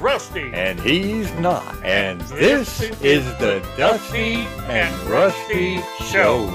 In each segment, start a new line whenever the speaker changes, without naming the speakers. Dusty.
And he's not. And this is the Dusty and Rusty Show.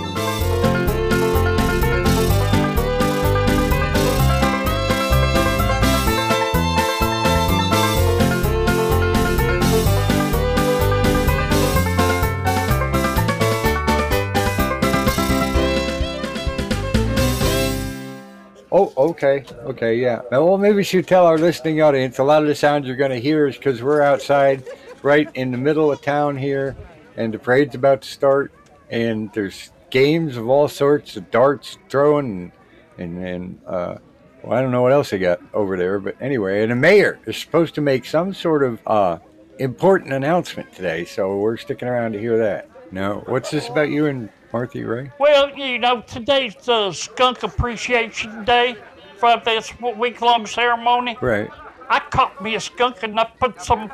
Oh, okay. Okay, yeah. Now, Well, maybe we should tell our listening audience a lot of the sounds you're going to hear is because we're outside right in the middle of town here, and the parade's about to start, and there's games of all sorts of darts throwing, and, and, and uh, well, I don't know what else they got over there, but anyway, and the mayor is supposed to make some sort of uh, important announcement today, so we're sticking around to hear that. No, what's this about you and Martha Ray?
Well, you know, today's the Skunk Appreciation Day for this week long ceremony.
Right.
I caught me a skunk and I put some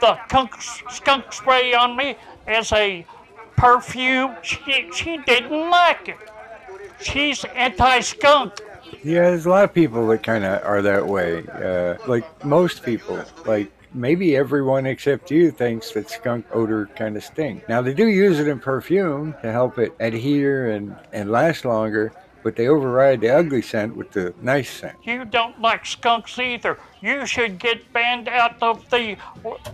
the skunk, skunk spray on me as a perfume. She, she didn't like it. She's anti skunk.
Yeah, there's a lot of people that kind of are that way. Uh, like most people, like maybe everyone except you thinks that skunk odor kind of stinks. Now they do use it in perfume to help it adhere and and last longer, but they override the ugly scent with the nice scent.
You don't like skunks either. You should get banned out of the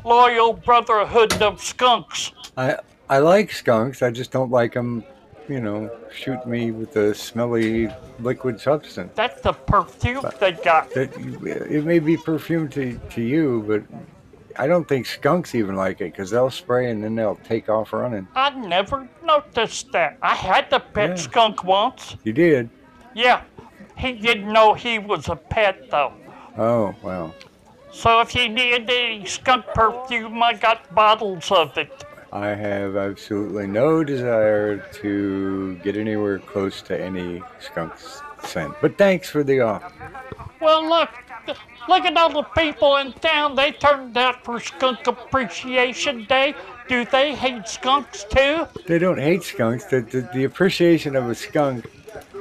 Loyal Brotherhood of Skunks.
I I like skunks. I just don't like them. You know, shoot me with a smelly liquid substance.
That's the perfume they got.
that it may be perfume to, to you, but I don't think skunks even like it because they'll spray and then they'll take off running.
I never noticed that. I had to pet
Yeah.
skunk once.
You did?
Yeah, he didn't know he was a pet though.
Oh, wow.
So if you need any skunk perfume, I got bottles of it.
I have absolutely no desire to get anywhere close to any skunk s- scent. But thanks for the offer.
Well, look, look at all the people in town. They turned out for Skunk Appreciation Day. Do they hate skunks too?
They don't hate skunks. The, the, the appreciation of a skunk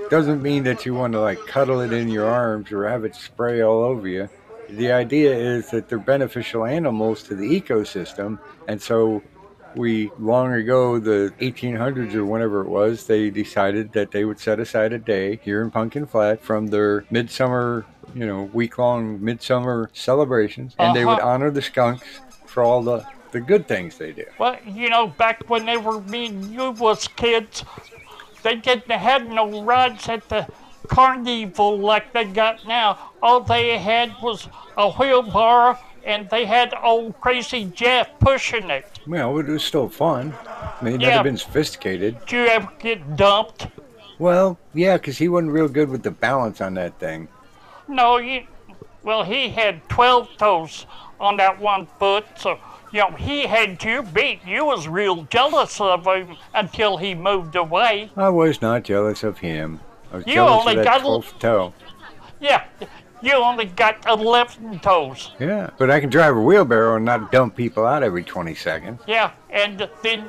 doesn't mean that you want to like cuddle it in your arms or have it spray all over you. The idea is that they're beneficial animals to the ecosystem, and so we long ago, the 1800s or whenever it was, they decided that they would set aside a day here in Pumpkin Flat from their midsummer, you know, week-long midsummer celebrations, and they would
Uh-huh.
honor the skunks for all the the good things they do.
Well, you know, back when they were me and you was kids, they didn't have no rides at the carnival like they got now. All they had was a wheelbarrow, and they had old crazy Jeff pushing it.
Well, it was still fun. I mean, it might
Yeah.
have been sophisticated.
Did you ever get dumped?
Well, yeah, 'cause he wasn't real good with the balance on that thing.
No, you. Well, he had 12 toes on that one foot, so, you know, he had you beat. You was real jealous of him until he moved away.
I was not jealous of him. I was
You
jealous
only
of that
got a-
12th toe.
Yeah, you only got 11 toes.
Yeah, but I can drive a wheelbarrow and not dump people out every 20 seconds.
Yeah, and then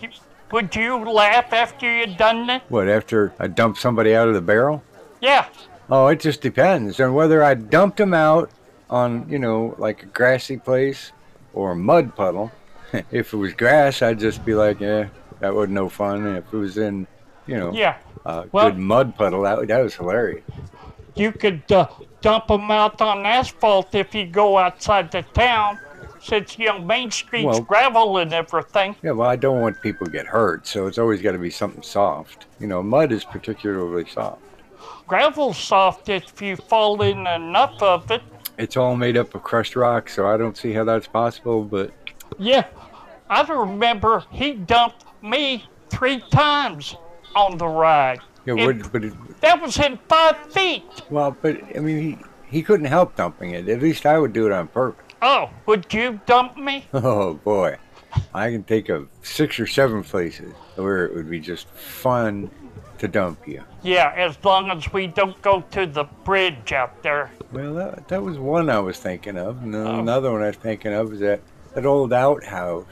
you- would you laugh after you'd done it?
What, after I dump somebody out of the barrel?
Yeah,
Oh, it just depends on whether I dumped them out on, you know, like a grassy place or a mud puddle. if it was grass, I'd just be like, eh, that wasn't no fun. And if it was in, you know,
yeah.
a
Well-
good mud puddle, that, that was hilarious.
You could uh, dump them out on asphalt if you go outside the town, since, you know, Main Street's
Well-
gravel and everything.
Yeah, well, I don't want people to get hurt, so it's always got to be something soft. You know, mud is particularly soft.
gravel's soft if you fall in enough of it.
It's all made up of crushed rock, so I don't see how that's possible, but
Yeah, I remember he dumped me three times on the ride.
yeah,
It-
would, but it,
that was in five feet.
well, but I mean, he, he couldn't help dumping it. At least I would do it on purpose.
Oh, would you dump me?
Oh boy, I can think of six or seven places where it would be just fun to dump you.
Yeah, as long as we don't go to the bridge out there.
Well, that, that was one I was thinking of. And then another one I was thinking of is that that old outhouse.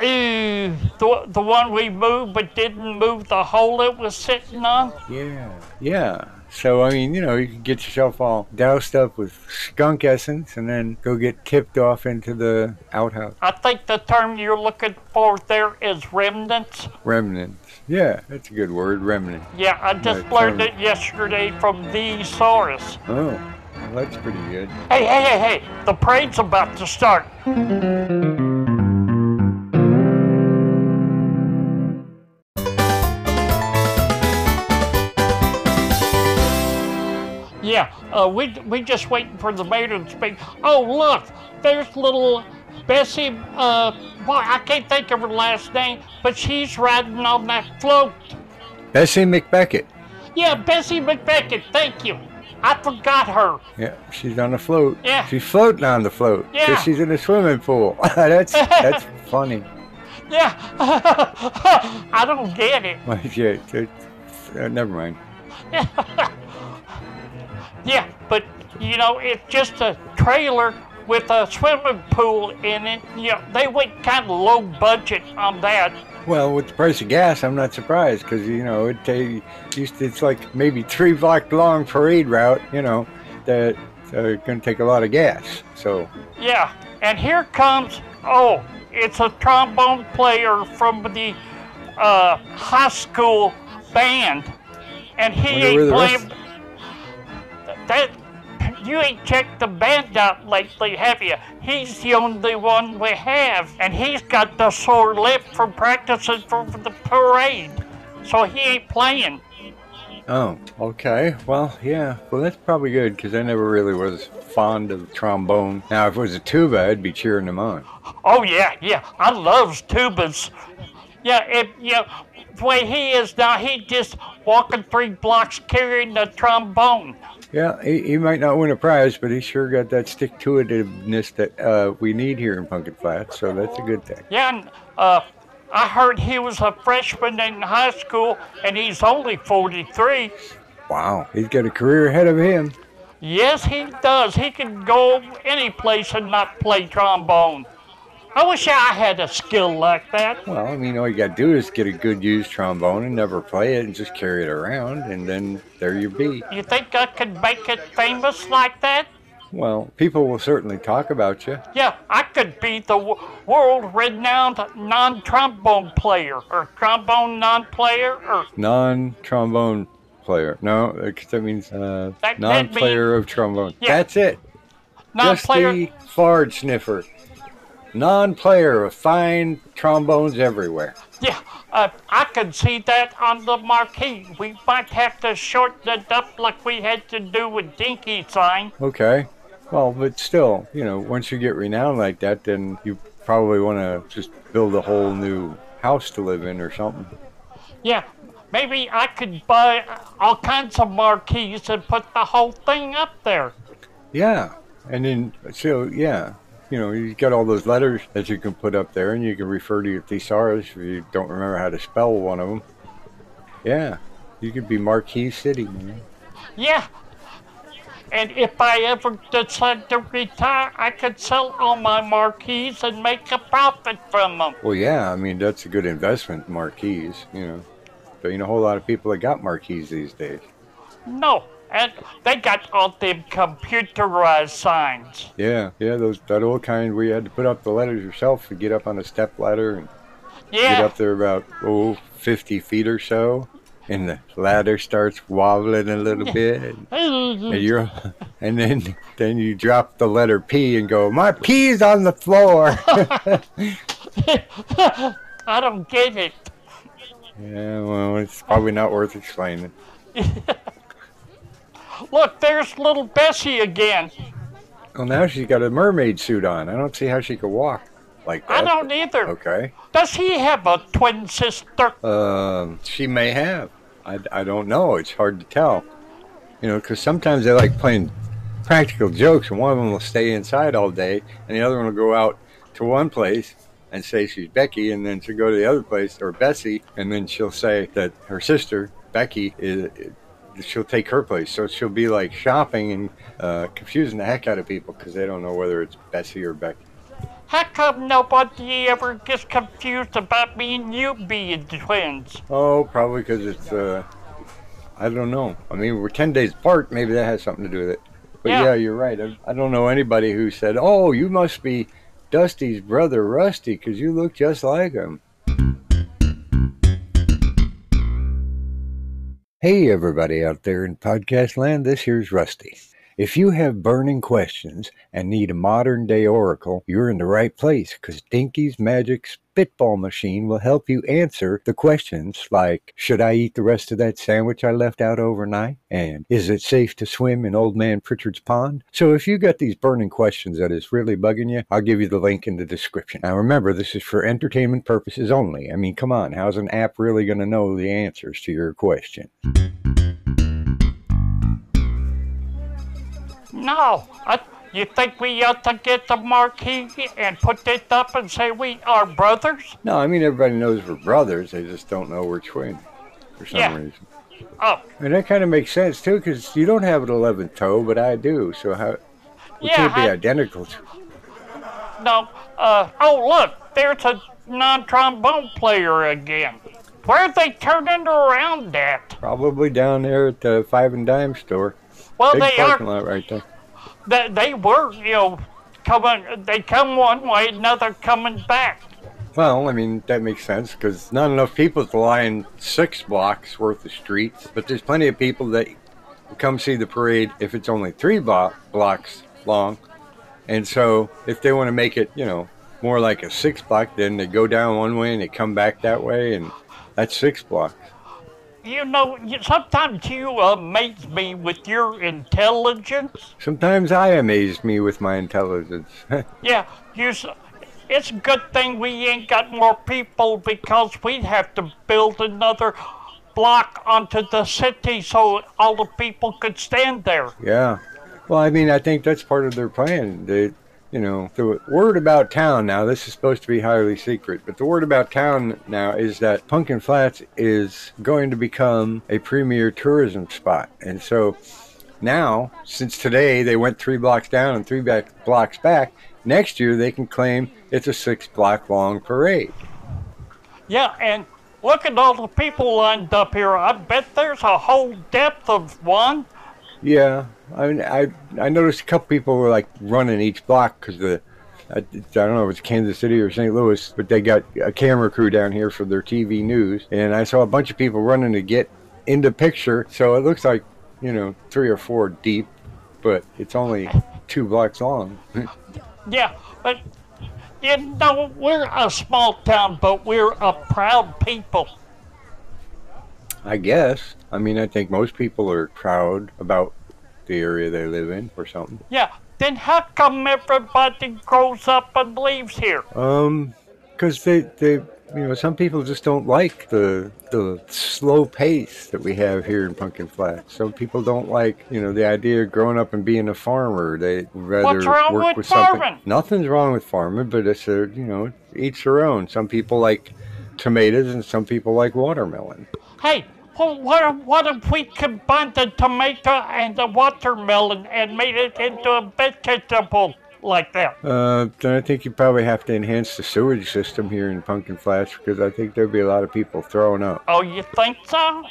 Ooh, the, the one we moved but didn't move the hole it was sitting on.
Yeah, yeah. So I mean, you know, you can get yourself all doused up with skunk essence and then go get tipped off into the outhouse
I think the term you're looking for there is remnants.
remnants. Yeah, that's a good word, remnant.
Yeah, I just
Right,
learned
term.
it yesterday from the Saurus.
Oh, well, that's pretty good.
Hey, hey, hey, hey, the parade's about to start. Yeah, uh, we we just waiting for the mayor to speak. Oh, look, there's little Bessie. Uh, boy, I can't think of her last name, but she's riding on that float.
Bessie McBeckett.
Yeah, Bessie McBeckett. Thank you. I forgot her.
Yeah, she's on the float.
Yeah.
She's floating on the float. 'cause
Yeah.
she's in a swimming pool. that's that's funny.
Yeah, I don't get it.
Well, yeah, it's- it's- uh, never mind.
Yeah, but you know, it's just a trailer with a swimming pool in it. You know, they went kind of low budget on that.
Well, with the price of gas, I'm not surprised because you know it ta- used to, it's like maybe three block long parade route. You know that uh, going to take a lot of gas. So
Yeah, and here comes oh, it's a trombone player from the uh, high school band, and he
Wonder where
ain't
the rest-
playing. That you ain't checked the band out lately, have you? He's the only one we have, and he's got the sore lip from practicing for the parade, so he ain't playing.
oh, okay. Well, yeah. Well, that's probably good because I never really was fond of trombone. Now, if it was a tuba, I'd be cheering them on.
Oh yeah, yeah. I loves tubas. Yeah, it yeah. The way he is now, he just walking three blocks carrying the trombone.
Yeah, he, he might not win a prize, but he sure got that stick to itiveness that uh, we need here in Pumpkin Flats. So that's a good thing.
Yeah, and, uh, I heard he was a freshman in high school, and he's only 43.
Wow, he's got a career ahead of him.
Yes, he does. He can go any place and not play trombone. I wish I had a skill like that.
Well, I mean, all you got to do is get a good used trombone and never play it and just carry it around, and then there you be.
You think I could make it famous like that?
Well, people will certainly talk about you.
Yeah, I could be the w- world renowned non trombone player or trombone non player or
Non trombone player. No, because that means uh,
that
non player of trombone.
Yeah.
That's it.
non
just
player.
the fard sniffer. Non player of fine trombones everywhere.
Yeah, uh, I could see that on the marquee. We might have to shorten it up like we had to do with Dinky Sign.
Okay. Well, but still, you know, once you get renowned like that, then you probably want to just build a whole new house to live in or something.
Yeah, maybe I could buy all kinds of marquees and put the whole thing up there.
Yeah. And then, so, yeah, you know, you got all those letters that you can put up there and you can refer to your thesaurus if you don't remember how to spell one of them. Yeah. You could be Marquee City, man.
Yeah. And if I ever decide to retire, I could sell all my marquees and make a profit from them.
Well, yeah, I mean, that's a good investment, marquees, you know. There ain't a whole lot of people that got marquees these days.
No, and they got all them computerized signs.
Yeah, yeah, those that old kind where you had to put up the letters yourself and get up on a step ladder and get
Yeah,
up there about oh 50 feet or so, and the ladder starts wobbling a little bit, and, and you're,
Mm.
and then then you drop the letter P and go, my P's on the floor.
I don't get it.
yeah, well, it's probably not worth explaining.
Look, there's little Bessie again.
Well, now she's got a mermaid suit on. I don't see how she could walk like
I
that.
don't either.
Okay.
Does he have a twin sister?
Um, she may have. I, I don't know. It's hard to tell. You know, because sometimes they like playing practical jokes, and one of them will stay inside all day, and the other one will go out to one place and say she's Becky, and then she'll go to the other place or Bessie, and then she'll say that her sister Becky is. She'll take her place, so she'll be like shopping and uh, confusing the heck out of people because they don't know whether it's Bessie or Becky.
How come nobody ever gets confused about me and you being twins?
Oh, probably because it's uh, I don't know. I mean, we're 10 days apart. Maybe that has something to do with it. But
Yeah.
yeah, you're right. I, I don't know anybody who said, oh, you must be Dusty's brother, Rusty, because you look just like him. Hey, everybody out there in podcast land, this here's Rusty. If you have burning questions and need a modern day oracle, you're in the right place because Dinky's Magic Spitball Machine will help you answer the questions like Should I eat the rest of that sandwich I left out overnight? And Is it safe to swim in Old Man Pritchard's Pond? So if you got these burning questions that is really bugging you, I'll give you the link in the description. Now remember, this is for entertainment purposes only. I mean, come on, how's an app really going to know the answers to your question?
No, I, you think we ought to get the marquee and put it up and say we are brothers?
No, I mean everybody knows we're brothers. They just don't know we're twins for some
Yeah.
reason.
Oh,
And that kind of makes sense too, because you don't have an eleventh toe, but I do. So how we
yeah.
can't be
I-
identical. To,
No. Uh, oh, look, there's a non trombone player again. Where'd they turn it around at?
probably down there at the Five and Dime store,
Well,
big
they
parking
are.
lot right there.
They, they were, you know, coming. They come one way, another coming back.
Well, I mean that makes sense because not enough people to line six blocks worth of streets, but there's plenty of people that come see the parade if it's only three bo- blocks long. And so if they want to make it, you know, more like a six block, then they go down one way and they come back that way, and that's six blocks.
You know, you, sometimes you amaze me with your intelligence.
Sometimes I amaze me with my intelligence.
Yeah, you. s- It's a good thing we ain't got more people because we'd have to build another block onto the city so all the people could stand there.
yeah. Well, I mean, I think that's part of their plan. They, you know, the word about town now, this is supposed to be highly secret, but the word about town now is that Pumpkin Flats is going to become a premier tourism spot. And so now, since today they went three blocks down and three back, blocks back, next year they can claim it's a six block long parade.
Yeah, and look at all the people lined up here. I bet there's a whole depth of one.
Yeah, I mean, I I noticed a couple people were like running each block because the I, I don't know if it's Kansas City or St. Louis, but they got a camera crew down here for their TV news, and I saw a bunch of people running to get into picture. So it looks like you know three or four deep, but it's only two blocks long.
Yeah, but you know, we're a small town, but we're a proud people.
I guess. I mean, I think most people are proud about the area they live in or something.
Yeah, then how come everybody grows up and leaves here?
Um, because they they you know some people just don't like the the slow pace that we have here in Pumpkin Flats. Some people don't like you know the idea of growing up and being a farmer. They would rather
wrong
work
with
with, something.
farming?
Nothing's wrong with farming, but it's a you know each their own. Some people like tomatoes and some people like watermelon.
Hey, well, what, if- what if we combined the tomato and the watermelon and made it into a vegetable like that?
Uh, then I think you probably have to enhance the sewage system here in Pumpkin Flats because I think there'd be a lot of people throwing up.
Oh, you think so?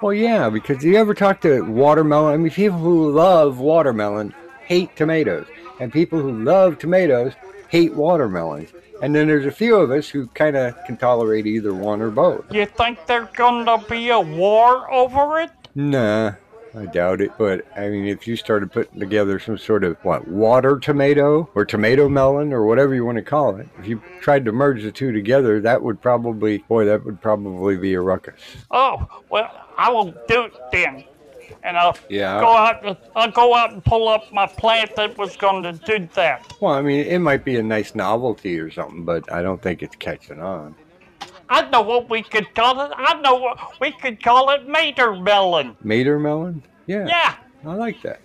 Well, yeah, because you ever talk to watermelon? I mean, people who love watermelon hate tomatoes, and people who love tomatoes hate watermelons. And then there's a few of us who kind of can tolerate either one or both.
You think there's gonna be a war over it?
Nah, I doubt it. But I mean, if you started putting together some sort of what water tomato or tomato melon or whatever you want to call it, if you tried to merge the two together, that would probably boy, that would probably be a ruckus.
Oh, well, I will do it then. And I'll
Yeah.
go out I'll go out and pull up my plant that was gonna do that.
Well, I mean, it might be a nice novelty or something, but I don't think it's catching on.
I know what we could call it. I know what we could call it Matermelon.
Mater melon? Yeah.
Yeah.
I like that.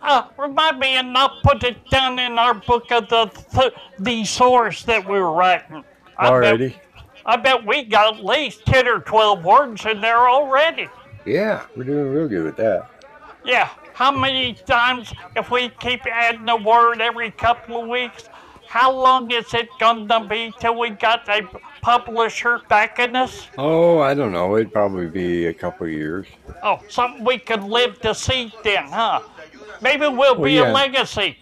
Uh, remind me, and I'll put it down in our book of the th- the source that we're writing. I
Alrighty.
Bet, I bet we got at least ten or twelve words in there already.
Yeah, we're doing real good with that.
Yeah. How many times, if we keep adding a word every couple of weeks, how long is it gonna be till we got a publisher backing us?
Oh, I don't know. It'd probably be a couple of years.
Oh, something we could live to see then, huh? Maybe we'll be a
yeah.
legacy.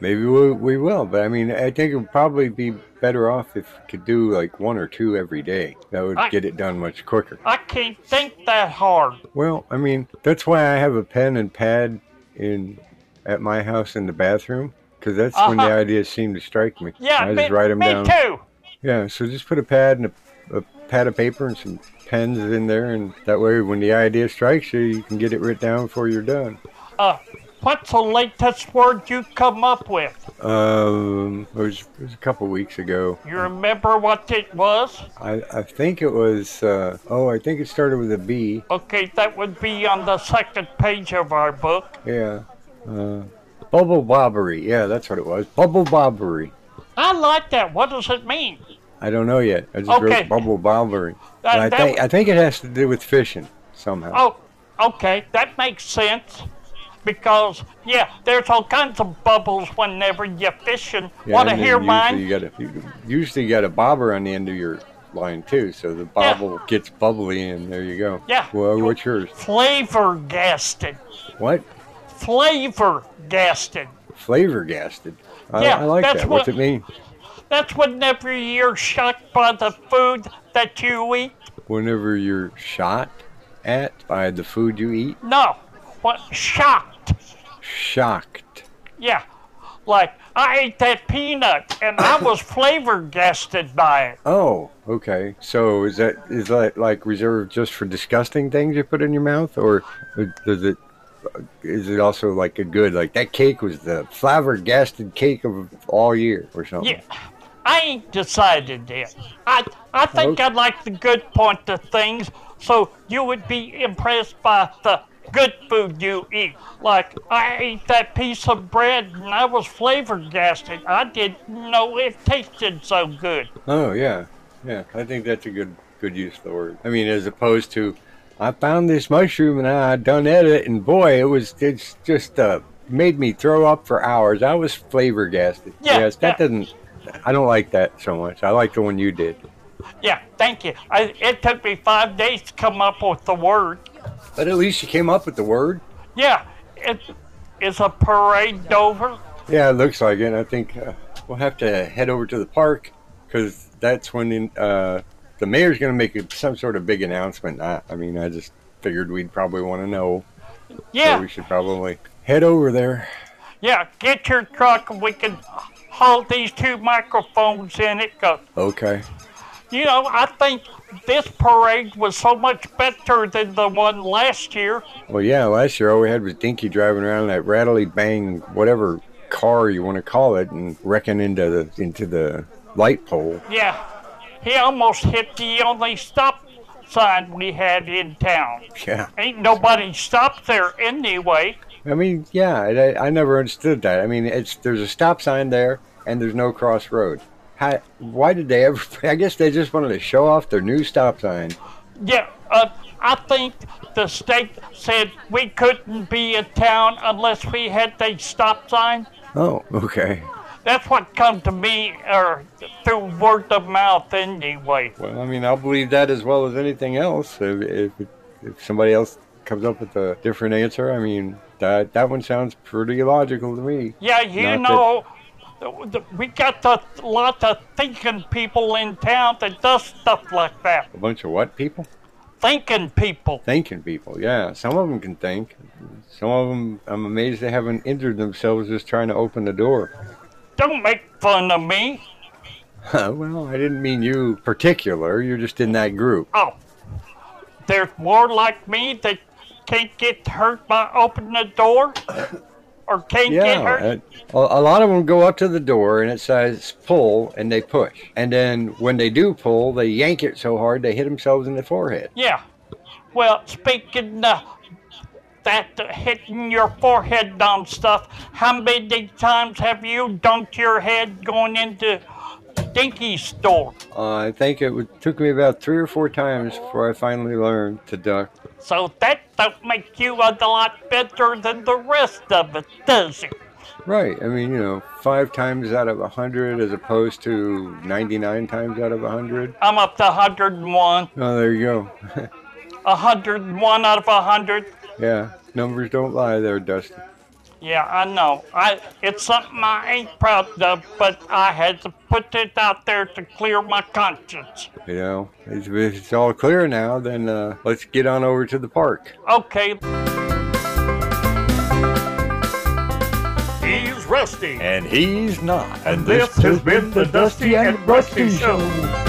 Maybe we, we will, but I mean, I think it would probably be better off if we could do like one or two every day. That would
I-
get it done much quicker.
I can't think that hard.
Well, I mean, that's why I have a pen and pad in at my house in the bathroom because that's when the
Uh-huh.
ideas seem to strike me.
Yeah,
I
me,
just write them
me
down.
too.
Yeah, so just put a pad and a, a pad of paper and some pens in there, and that way, when the idea strikes you, you can get it written down before you're done.
Uh, what's the latest word you come up with?
Um, it was, it was a couple weeks ago.
You remember what it was?
I, I think it was, uh, oh, I think it started with a B.
Okay, that would be on the second page of our book.
Yeah. Uh, bubble bobbery. Yeah, that's what it was. Bubble bobbery.
I like that. What does it mean?
I don't know yet. I just
Okay.
wrote bubble bobbery.
That-
And I,
that
think,
w-
I think it has to do with fishing somehow.
Oh, okay, that makes sense. Because yeah, there's all kinds of bubbles whenever you're fishing.
Yeah,
Want to
and then
hear
usually
mine?
You got a, you- usually you got a bobber on the end of your line too, so the bobble gets bubbly, and there you go.
Yeah.
Well, what's yours?
Flavor gasted.
What?
Flavor gasted.
Flavor gasted. I,
Yeah,
I like
that's
that. What's
what-
it mean?
That's whenever you're shocked by the food that you eat.
Whenever you're shot at by the food you eat,
No, what shocked?
shocked.
Yeah, like I ate that peanut and I was flavor gasted by it.
Oh, okay. So is that is that like reserved just for disgusting things you put in your mouth, or does it is it also like a good like that cake was the flabbergasted cake of all year or something?
Yeah, I ain't decided yet. I I think
Okay.
I like the good point of things, so you would be impressed by the good food you eat. Like I ate that piece of bread and I was flavor gasted. I didn't know it tasted so good.
Oh yeah, yeah. I think that's a good good use of the word. I mean, as opposed to, I found this mushroom and I done ate it, and boy, it was it's just uh made me throw up for hours. I was flavor gasted.
Yeah,
yes, that
yeah.
doesn't. I don't like that so much. I like the one you did.
Yeah, thank you. I, it took me five days to come up with the word.
But at least you came up with the word.
Yeah, it is a parade over.
Yeah, it looks like it. I think uh, we'll have to head over to the park because that's when uh, the mayor's going to make a- some sort of big announcement. I, I mean, I just figured we'd probably want to know, so
Yeah,
we should probably head over there.
yeah. Get your truck and we can haul these two microphones in it. 'cause
Okay.
You know, I think this parade was so much better than the one last year.
Well, yeah, last year all we had was Dinky driving around in that rattly bang, whatever car you want to call it, and wrecking into the into the light pole.
Yeah, he almost hit the only stop sign we had in town.
Yeah.
Ain't nobody stopped there anyway.
I mean, yeah, I, I never understood that. I mean, it's there's a stop sign there and there's no crossroad. How, why did they ever? I guess they just wanted to show off their new stop sign.
Yeah, uh, I think the state said we couldn't be in town unless we had the stop sign.
Oh, okay.
That's what come to me, or through word of mouth anyway.
Well, I mean, I'll believe that as well as anything else. If if, if somebody else comes up with a different answer, I mean, that that one sounds pretty logical to me.
Yeah, you
Not that-
know, th- th- we got a lot of thinking people in town that does stuff like that.
A bunch of what people?
Thinking people.
Thinking people. Yeah, some of them can think. Some of them, I'm amazed they haven't injured themselves just trying to open the door.
Don't make fun of me.
Uh, well, I didn't mean you particular. You're just in that group.
Oh, there's more like me that can't get hurt by opening the door, or can't get hurt.
Yeah. uh, A, a lot of them go up to the door and it says pull and they push. And then when they do pull, they yank it so hard they hit themselves in the forehead.
Yeah. Well, speaking of that uh, hitting your forehead on stuff, how many times have you dunked your head going into Dinky's store?
Uh, I think it would, took me about three or four times before I finally learned to duck.
So that don't make you a lot better than the rest of it, does it?
Right. I mean, you know, five times out of a hundred as opposed to ninety-nine times out of a hundred.
I'm up to 101.
Oh, there you go.
101 out of 100.
yeah, numbers don't lie, there, Dustin.
Yeah, I know. I it's something I ain't proud of, but I had to put it out there to clear my conscience.
You know, it's, if it's all clear now. Then uh, let's get on over to the park.
Okay,
He's Rusty.
And he's not.
And this has been the Dusty and Rusty Show.